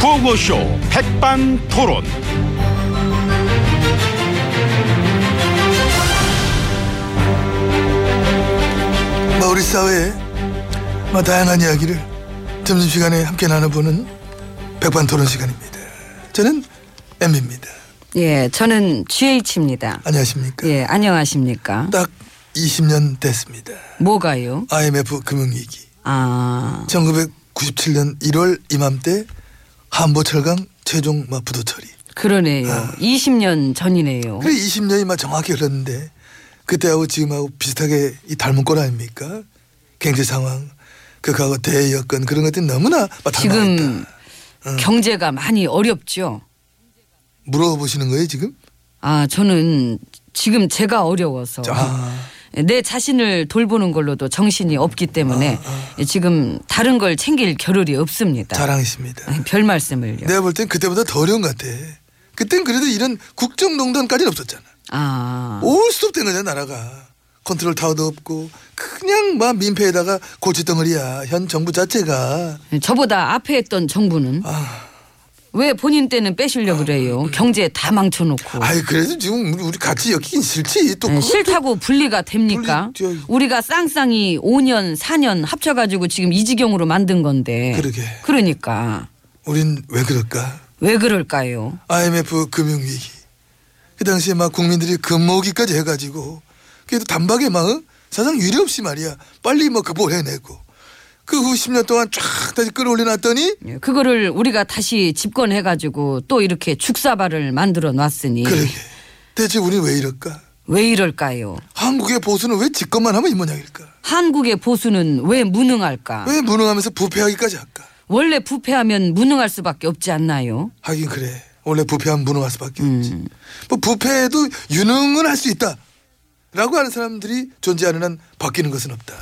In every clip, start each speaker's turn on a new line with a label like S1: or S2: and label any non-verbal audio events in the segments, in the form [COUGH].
S1: 구호쇼 백반토론.
S2: 뭐 우리 사회의 뭐 다양한 이야기를 점심시간에 함께 나눠보는 백반토론 시간입니다. 저는 엠비입니다.
S3: 예, 저는 GH입니다.
S2: 안녕하십니까?
S3: 예, 안녕하십니까?
S2: 딱 20년 됐습니다.
S3: 뭐가요?
S2: IMF 금융위기.
S3: 아,
S2: 1997년 1월 이맘때 한보철강 최종 막 부도 처리.
S3: 그러네요. 20년 전이네요.
S2: 그래 20년이 막 정확히 흘렀는데 그때하고 지금하고 비슷하게 이 닮은 꼴 아닙니까? 경제 상황, 그거하고 대외 여건 그런 것들이 너무나 막 닮아
S3: 지금
S2: 있다. 음.
S3: 경제가 많이 어렵죠.
S2: 물어보시는 거예요 지금?
S3: 아, 저는 지금 제가 어려워서
S2: 아,
S3: 내 자신을 돌보는 걸로도 정신이 없기
S2: 아,
S3: 때문에 지금 다른 걸 챙길 겨를이 없습니다. 음.
S2: 자랑이십니다. 네.
S3: 아니, 별 말씀을요.
S2: 내가 볼 땐 그때보다 더 어려운 것 같아. 그땐 그래도 이런 국정농단까지는 없었잖아.
S3: 아,
S2: 올 수도 없던 거잖아 나라가. 컨트롤 타워도 없고 그냥 막 민폐에다가 고치덩어리야. 현 정부 자체가
S3: 저보다 앞에 했던 정부는
S2: 아,
S3: 왜 본인 때는 빼시려고 그래요? 경제 다 망쳐놓고.
S2: 아이 그래도 지금 우리- 우리 같이 엮이긴 싫지. 또
S3: 네,
S2: 그것도
S3: 싫다고 분리가 됩니까?
S2: 분리- 저-
S3: 우리가 쌍쌍이 5년, 4년 합쳐가지고 지금 이 지경으로 만든 건데.
S2: 그러게.
S3: 니까
S2: 우린 왜 그럴까?
S3: 왜 그럴까요?
S2: IMF 금융위기. 그 당시에 막 국민들이 금모기까지 해가지고 그래도 단박에 막 어? 사상 유례 없이 말이야 빨리 뭐 극복을 해내고 그 후 10년 동안 쫙 다시 끌어올려놨더니
S3: 예, 그거를 우리가 다시 집권해가지고 또 이렇게 죽사발을 만들어 놨으니
S2: 그러게 대체 우린 왜 이럴까?
S3: 왜 이럴까요?
S2: 한국의 보수는 왜 집권만 하면 이 모양일까?
S3: 한국의 보수는 왜 무능할까?
S2: 왜 무능하면서 부패하기까지 할까?
S3: 원래 부패하면 무능할 수밖에 없지 않나요?
S2: 하긴 그래 원래 부패하면 무능할 수밖에 없지 뭐 부패해도 유능은 할 수 있다 라고 하는 사람들이 존재하는 한 바뀌는 것은 없다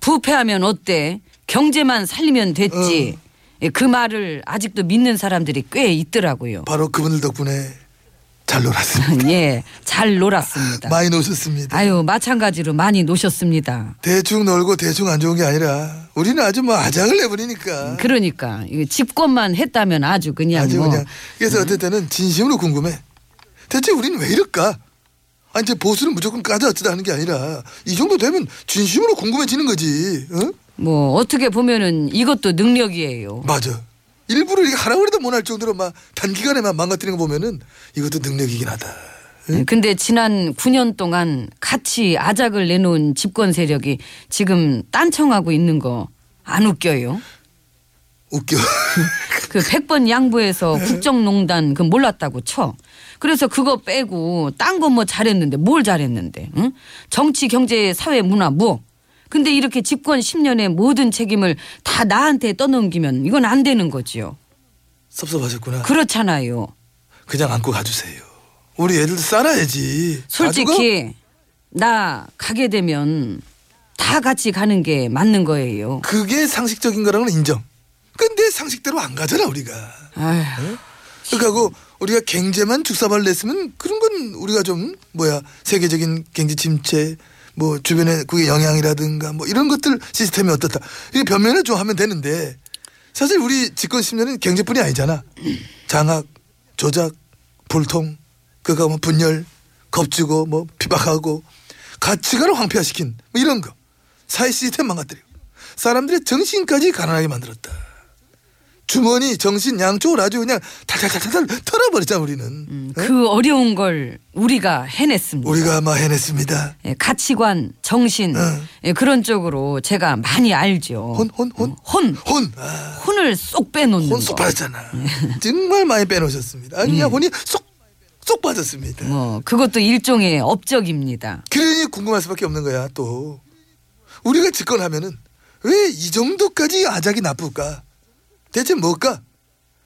S3: 부패하면 어때? 경제만 살리면
S2: 어.
S3: 됐지. 예, 그 말을 아직도 믿는 사람들이 꽤 있더라고요.
S2: 바로 그분들 덕분에 잘
S3: [LAUGHS]
S2: 놀았습니다.
S3: 예, 잘 놀았습니다.
S2: 많이 노셨습니다.
S3: 아유, 마찬가지로 많이 노셨습니다.
S2: 대충 놀고 대충 안 좋은 게 아니라 우리는 아주 뭐 아작을 내버리니까
S3: 그러니까 이거 집권만 했다면 아주 그냥
S2: 아주
S3: 뭐
S2: 그냥 그래서 어떨 때는 진심으로 궁금해. 대체 우리는 왜 이럴까? 아 이제 보수는 무조건 까다 어쩌다 하는 게 아니라 이 정도 되면 진심으로 궁금해지는 거지. 응?
S3: 뭐 어떻게 보면은 이것도 능력이에요.
S2: 맞아. 일부러 이게 하라고 해도 못할 정도로 막 단기간에 막 망가뜨리는 거 보면은 이것도 능력이긴 하다. 예?
S3: 근데 지난 9년 동안 같이 아작을 내놓은 집권 세력이 지금 딴청하고 있는 거 안 웃겨요?
S2: 웃겨. [LAUGHS]
S3: 그 100번 양보해서 국정농단 그 몰랐다고 쳐. 그래서 그거 빼고 딴 건 뭐 잘했는데 뭘 잘했는데. 응? 정치, 경제, 사회, 문화 뭐. 근데 이렇게 집권 10년의 모든 책임을 다 나한테 떠넘기면 이건 안 되는 거지요.
S2: 섭섭하셨구나.
S3: 그렇잖아요.
S2: 그냥 안고 가주세요. 우리 애들도 살아야지. 가지고?
S3: 솔직히 나 가게 되면 다 같이 가는 게 맞는 거예요.
S2: 그게 상식적인 거라는 건 인정. 근데 상식대로 안 가잖아 우리가.
S3: 아휴.
S2: 그러니까 우리가 경제만 죽사발 냈으면 그런 건 우리가 좀 뭐야 세계적인 경제 침체 뭐 주변의 그게 영향이라든가 뭐 이런 것들 시스템이 어떻다 이 변면을 좀 하면 되는데 사실 우리 집권 10년은 경제뿐이 아니잖아 장악 조작 불통 그거 뭐 분열 겁주고 뭐 비박하고 가치관을 황폐화시킨 뭐 이런 거 사회 시스템 망가뜨리고 사람들의 정신까지 가난하게 만들었다 주머니 정신 양쪽을 아주 그냥 탈탈탈탈 털어버리자 우리는 어?
S3: 그 어려운 걸 우리가 해냈습니다.
S2: 우리가 아마 해냈습니다
S3: 예, 가치관, 정신
S2: 응.
S3: 예, 그런 쪽으로 제가 많이 알죠.
S2: 혼, 혼, 혼?
S3: 어, 혼,
S2: 혼 아,
S3: 혼을 쏙 빼놓는
S2: 혼쏙
S3: 거.
S2: 빠졌잖아 정말 많이 빼놓으셨습니다 아니 그냥 혼이 쏙 쏙 빠졌습니다
S3: 뭐 그것도 일종의 업적입니다.
S2: 그러니 궁금할 수밖에 없는 거야 또 우리가 집권하면은 왜 이 정도까지 아작이 나쁠까 대체 뭘까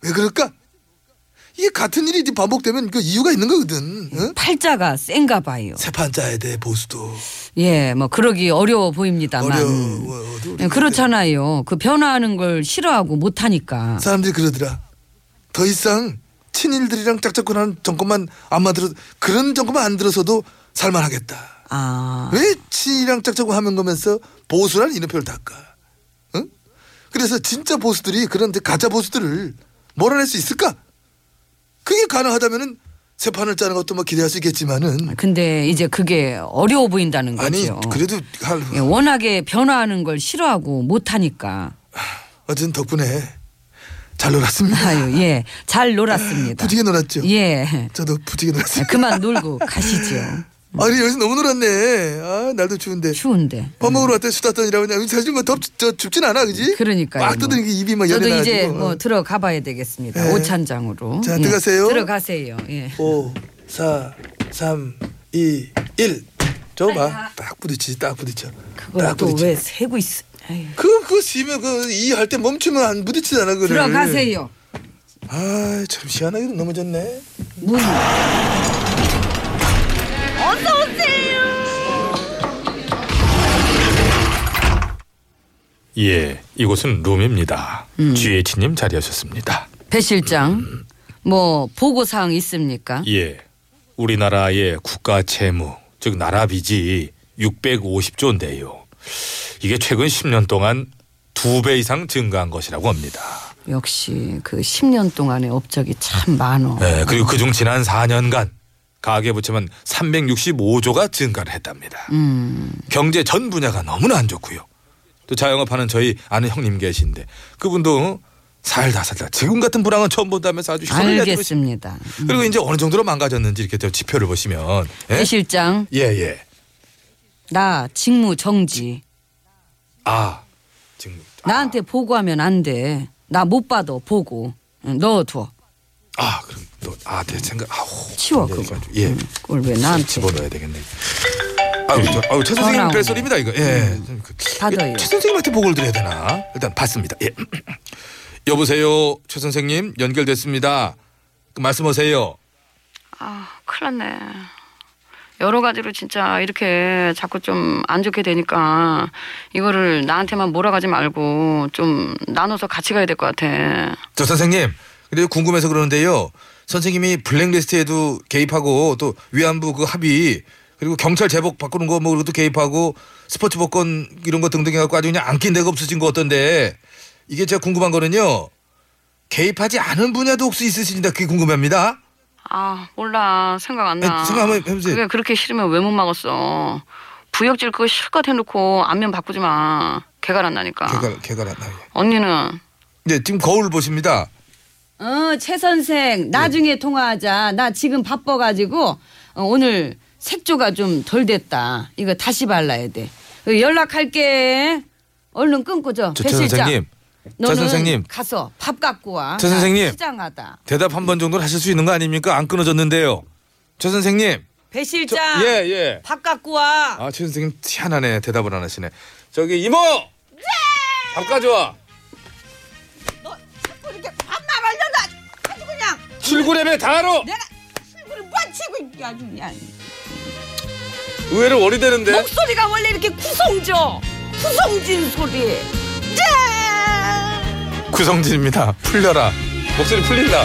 S2: 왜 그럴까 이게 같은 일이 반복되면 그 이유가 있는 거거든
S3: 음.
S2: 어?
S3: 팔자가 센가 봐요.
S2: 세판 짜야 돼 보수도
S3: 예, 뭐 그러기 어려워 보입니다만.
S2: 어려워도 우리
S3: 예, 그렇잖아요. 그 변화하는 걸 싫어하고 못하니까.
S2: 사람들이 그러더라. 더 이상 친일들이랑 짝짝꿍하는 정권만 안 만들어 그런 정권만 안 들어서도 살만하겠다.
S3: 아,
S2: 왜 친일이랑 짝짝꿍하면 거면서 보수란 이름표를 닦아? 응? 그래서 진짜 보수들이 그런 이제 가짜 보수들을 몰아낼 수 있을까? 그게 가능하다면은 새 판을 짜는 것도 뭐 기대할 수 있겠지만은
S3: 근데 이제 아, 그게 어려워 보인다는 거죠.
S2: 아니 그래도 할
S3: 예, 워낙에 변화하는 걸 싫어하고 못하니까.
S2: 어쨌든 덕분에 잘 놀았습니다.
S3: 아유, 예. 잘 놀았습니다.
S2: 부지게 놀았죠.
S3: 예.
S2: 저도 부지게 놀았어요.
S3: 그만 놀고 가시죠.
S2: 아니 여기서 너무 놀았네. 아 날도 추운데.
S3: 추운데.
S2: 밥 먹으러 왔다 수다 떠니라고 그냥 사실 뭐덥저 춥진 않아 그지?
S3: 음. 그러니까요.
S2: 막
S3: 뭐.
S2: 떠드는 게 입이 막 열이
S3: 저도
S2: 나가지고.
S3: 이제 뭐 들어가 봐야 되겠습니다.
S2: 예.
S3: 오찬장으로.
S2: 자,
S3: 예.
S2: 들어가세요.
S3: 들어가세요. 예.
S2: 5, 4, 3, 2, 1. 저거 봐. 딱 부딪히지, 딱 부딪혀.
S3: 그걸
S2: 딱 부딪혀.
S3: 또왜 세고 있어. 아유.
S2: 그, 그거 쉬면, 그, 이 할 때 멈추면 안 부딪히잖아, 그래.
S3: 들어가세요.
S2: 아, 참, 시원하게 넘어졌네.
S3: 문.
S4: 예, 이곳은 룸입니다. GH님 자리하셨습니다.
S3: 배 실장. 뭐 보고 사항 있습니까?
S4: 예, 우리나라의 국가 채무, 즉 나라빚이 650조인데요. 이게 최근 10년 동안 두 배 이상 증가한 것이라고 합니다.
S3: 역시 그 10년 동안의 업적이 참 많어.
S4: 예, 그리고 그중 지난 4년간 가계부채만 365조가 증가를 했답니다.
S3: 음.
S4: 경제 전 분야가 너무나 안 좋고요. 또 자영업하는 저희 아는 형님 계신데 그분도 어? 살다 살다 지금 같은 불황은 처음 본다면서 아주 혀를 내리고 있습니다.
S3: 알겠습니다. 음.
S4: 그리고 이제 어느 정도로 망가졌는지 이렇게 저 지표를 보시면 예?
S3: 배 실장.
S4: 예예
S3: 나 직무 정지.
S4: 아 지금
S3: 나한테 보고하면 안 돼. 나 못 받아 보고. 응, 넣어둬.
S4: 아 그럼 또아내 생각 아우
S3: 치워,
S4: 좀
S3: 그거. 음.
S4: 내려가지고. 예
S3: 아, 그걸 왜 나한테.
S4: 집어넣어야 되겠네. 아유 저, 아유 최 선생님
S3: 전화 그렇죠. 오네.
S4: 뺄소리입니다 이거 예. 좀 그-
S3: 받아요.
S4: 최 선생님한테 보고를 드려야 되나? 일단 받습니다. 예. [CLEARS THROAT] 여보세요, 최 선생님 연결됐습니다. 그 말씀하세요.
S5: 아, 큰일 났네. 여러 가지로 진짜 이렇게 자꾸 좀 안 좋게 되니까 이거를 나한테만 몰아가지 말고 좀 나눠서 같이 가야 될 것 같아.
S4: 저 선생님, 근데 궁금해서 그러는데요. 선생님이 블랙리스트에도 개입하고 또 위안부 그 합의 그리고 경찰 제복 바꾸는 거뭐 그것도 개입하고 스포츠 복권 이런 거 등등 해갖고 아주 그냥 안낀 데가 없으신 거 어떤데 이게 제가 궁금한 거는요. 개입하지 않은 분야도 혹시 있으신지 그게 궁금합니다.
S5: 아, 몰라. 생각 안 나.
S4: 아니, 생각 한번 해보세요.
S5: 그게 그렇게 싫으면 왜 못 막았어? 부역질 그거 실컷 해놓고 안면 바꾸지 마. 개가란 나니까.
S4: 개가 개가라. 아, 예.
S5: 언니는
S4: 네, 지금 거울 보십니다.
S3: 어, 최 선생, 나중에
S4: 네.
S3: 통화하자. 나 지금 바빠가지고, 어, 오늘 색조가 좀 덜 됐다. 이거 다시 발라야 돼. 어, 연락할게. 얼른 끊고 저,
S4: 저,
S3: 배
S4: 저
S3: 실장.
S4: 선생님. 저
S3: 너는
S4: 선생님.
S3: 가서 밥 갖고 와.
S4: 저
S3: 나
S4: 선생님.
S3: 시장하다.
S4: 대답 한 번 정도는 하실 수 있는 거 아닙니까? 안 끊어졌는데요. 최 선생님.
S3: 배
S4: 저-
S3: 실장.
S4: 예, 예.
S3: 밥 갖고 와.
S4: 아, 최 선생님 희한하네. 대답을 안 하시네. 저기 이모! 밥 가져와.
S6: 이렇게 밥만 말려놔 아주 그냥
S4: 출구랩에 다로
S6: 내가 실구를 뻗치고 아주 그냥
S4: 의외로 월이되는데
S6: 목소리가 원래 이렇게 구성져 구성진 소리
S3: 네!
S6: 짠
S4: 구성진입니다. 풀려라. 목소리 풀린다.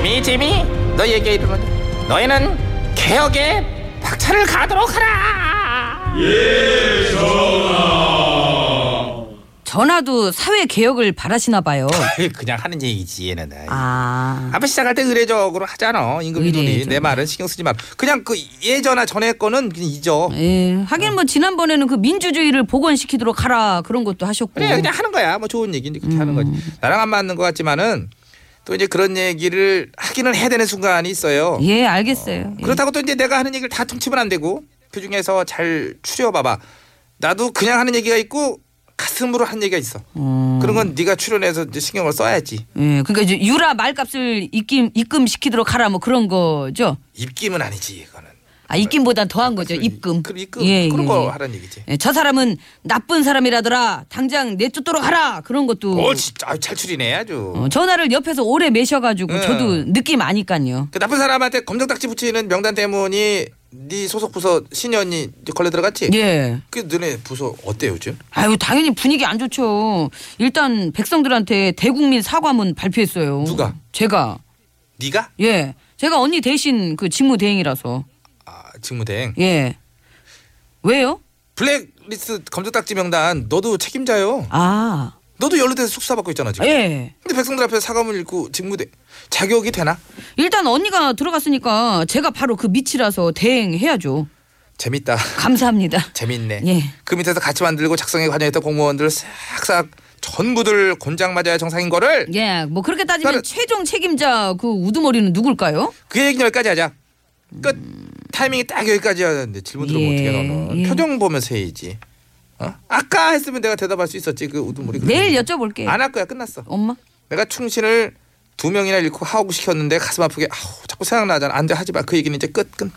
S4: 우리 짐이 너희에게 이르노니 너희는 개혁의 박차를 가도록 하라.
S3: 전화도 사회 개혁을 바라시나 봐요.
S4: 그냥 하는 얘기지 얘는. 아.
S3: 아,
S4: 앞에 시작할 때 의례적으로 하잖아 임금 이론이
S3: 의례적으로.
S4: 내 말은 신경 쓰지 마 그냥 그 예전에 전에 거는 그냥 잊어
S3: 예. 하긴 뭐 지난번에는 그 민주주의를 복원시키도록 하라 그런 것도 하셨고.
S4: 그래
S2: 네.
S4: 그냥 하는 거야 뭐 좋은 얘기인데 그렇게 하는 거지 나랑 안 맞는 것 같지만은 또 이제 그런 얘기를 하기는 해야 되는 순간이 있어요
S3: 예, 알겠어요. 예.
S4: 그렇다고 또 이제 내가 하는 얘기를 다 통치면 안 되고 그 중에서 잘 추려봐봐. 나도 그냥 하는 얘기가 있고 가슴으로 하는 얘기가 있어.
S3: 음.
S4: 그런 건 네가 추려내서 이제 신경을 써야지.
S3: 예, 그러니까 이제 유라 말값을 입금 입금 시키도록 하라 뭐 그런 거죠.
S4: 입김은 아니지 그거는.
S3: 아, 입금보단 더한 거죠.
S4: 네.
S3: 입금.
S4: 그 입금
S3: 예,
S4: 그런
S3: 예,
S4: 거
S3: 예.
S4: 하라는 얘기지.
S3: 예, 저 사람은 나쁜 사람이라더라. 당장 내쫓도록 하라. 그런 것도
S4: 어 진짜 아유, 잘 추리네 아주.
S3: 어, 전화를 옆에서 오래 매셔가지고
S4: 예.
S3: 저도 느낌 아니깐요.
S4: 그 나쁜 사람한테 검정딱지 붙이는 명단 때문이 네 소속 부서 신현이 이제 걸려 들어갔지.
S3: 예.
S4: 그 너네 부서 어때 요즘?
S3: 아유 당연히 분위기 안 좋죠. 일단 백성들한테 대국민 사과문 발표했어요.
S4: 누가?
S3: 제가
S4: 네가
S3: 예 제가 언니 대신 그 직무 대행이라서
S4: 아, 직무대행
S3: 예 왜요?
S4: 블랙리스트 검정딱지 명단 너도 책임자요.
S3: 아
S4: 너도 연루돼서 숙사 받고 있잖아 지금.
S3: 예.
S4: 근데 백성들 앞에서 사과문 읽고 직무대 자격이 되나?
S3: 일단 언니가 들어갔으니까 제가 바로 그 밑이라서 대행해야죠.
S4: 재밌다. [LAUGHS]
S3: 감사합니다.
S4: 재밌네.
S3: 예.
S4: 그 밑에서 같이 만들고 작성에 관여했던 공무원들 싹싹 전부들 곤장 맞아야 정상인 거를
S3: 예, 뭐 그렇게 따지면
S4: 나는-
S3: 최종 책임자 그 우두머리는 누굴까요?
S4: 그 얘기는 여기까지 하자. 끝. 타이밍이 딱 여기까지 해야 되는데 질문 들어보면
S3: 예,
S4: 어떻게 해, 너는.
S3: 예.
S4: 표정 보면서 해야지. 어? 아까 했으면 내가 대답할 수 있었지. 그 우두머리.
S3: 내일 여쭤볼게요.
S4: 안할 거야. 끝났어.
S3: 엄마.
S4: 내가 충신을 두 명이나 잃고 하옥 시켰는데 가슴 아프게 아우 자꾸 생각나잖아. 안 돼 하지 마. 그 얘기는 이제 끝 끝.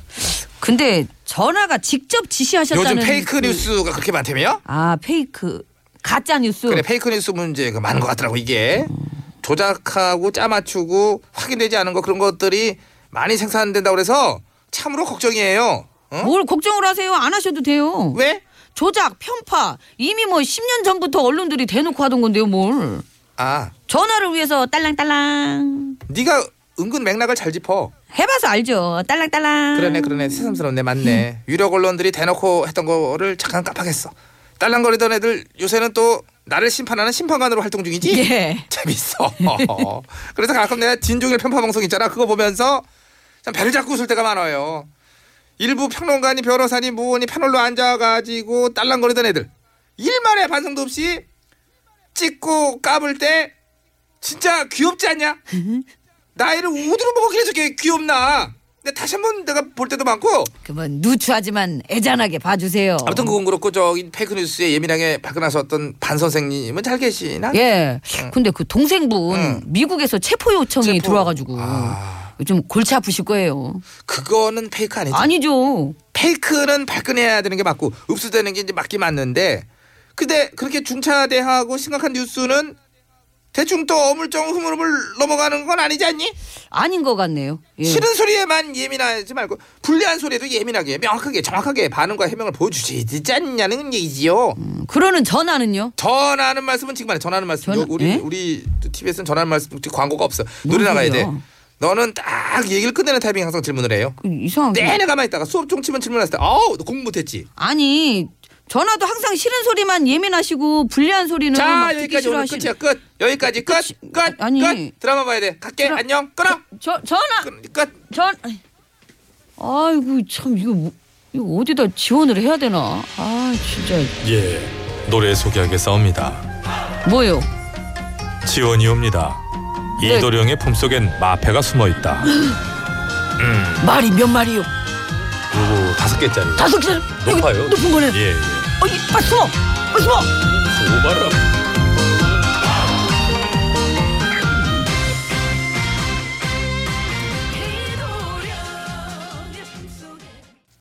S3: 근데 전화가 직접 지시하셨다는
S4: 요즘 페이크
S3: 그-
S4: 뉴스가 그렇게 많다며?
S3: 아 페이크 가짜 뉴스.
S4: 그래 페이크 뉴스 문제 그 많은 것 같더라고 이게 조작하고 짜맞추고 확인되지 않은 거 그런 것들이 많이 생산된다고 그래서 참으로 걱정이에요. 어?
S3: 뭘 걱정을 하세요? 안 하셔도 돼요.
S4: 왜?
S3: 조작, 편파 이미 뭐 10년 전부터 언론들이 대놓고 하던 건데요, 뭘?
S4: 아
S3: 전화를 위해서 딸랑딸랑
S4: 네가 은근 맥락을 잘 짚어.
S3: 해봐서 알죠. 딸랑딸랑.
S4: 그러네 그러네 새삼스럽네 맞네. 유력 언론들이 대놓고 했던 거를 잠깐 깜빡했어. 딸랑거리던 애들 요새는 또 나를 심판하는 심판관으로 활동 중이지?
S3: [LAUGHS] 예.
S4: 재밌어. 그래서 가끔 내가 진종일 편파 방송 있잖아. 그거 보면서 참 배를 잡고 웃을 때가 많아요. 일부 평론가니 변호사니 무언이 패널로 앉아가지고 딸랑거리던 애들 일말의 반성도 없이 찍고 까불 때 진짜 귀엽지 않냐? 나이를 우드로 먹었길래 저게 귀엽나? 근데 다시 한 번 내가 볼 때도 많고
S3: 그만 누추하지만 애잔하게 봐주세요.
S4: 아무튼 그건 그렇고 저기 페이크 뉴스에 예민하게 박근하서 어떤 반 선생님은 잘 계시나?
S3: 예. 근데 그 동생분
S4: 응.
S3: 미국에서 체포 요청이
S4: 체포. 아.
S3: 들어와가지고 좀 골치 아프실 거예요.
S4: 그거는 페이크 아니지?
S3: 아니죠.
S4: 페이크는 발끈해야 되는 게 맞고 읍수되는 게 이제 맞긴 맞는데 근데 그렇게 중차대하고 심각한 뉴스는 대충 또 어물쩡 흐물흐물 넘어가는 건 아니지 않니?
S3: 아닌 것 같네요. 예.
S4: 싫은 소리에만 예민하지 말고 불리한 소리에도 예민하게 명확하게 정확하게 반응과 해명을 보여주지 되지 않냐는 얘기지요.
S3: 그러는 전화는요?
S4: 전하는 말씀은 지금 안 해. 전하는 말씀.
S3: 전하-
S4: 요- 우리
S3: 예?
S4: 우리 TBS는 전하는 말씀 지금 광고가 없어.
S3: 뭔
S4: 노래 나가야 돼.
S3: 소리야?
S4: 너는 딱 얘기를 끝내는 타이밍 항상 질문을 해요.
S3: 그 이상하게.
S4: 내내 가만히 있다가 수업 종치면 질문했을 때 아우 너 공부 못했지.
S3: 아니 전화도 항상 싫은 소리만 예민하시고 불리한 소리는 막
S4: 자
S3: 듣기
S4: 여기까지 오늘
S3: 아, 싫어하시-
S4: 끝이야 끝 여기까지 끝
S3: 끝이-
S4: 끝
S3: 아니.
S4: 끝 드라마 봐야 돼 갈게
S3: 드라-
S4: 안녕 끊어
S3: 저 전화
S4: 끝, 끝.
S3: 전 아이고 참 이거 뭐- 이거 어디다 지원을 해야 되나 아 진짜
S1: 예, 노래 소개하겠사옵니다.
S3: 뭐요
S1: 지원이옵니다.
S3: 네.
S1: 이도령의 품속엔 마패가 숨어
S4: [GASPS]
S1: 있다.
S3: 말이 몇 마리요
S1: 요거 다섯 개짜리.
S3: 다섯 개
S1: 높아요.
S3: 높은 거네 어,
S1: 예, 예.
S3: 어이 빨리 숨어 빨리 숨어
S1: 오바라.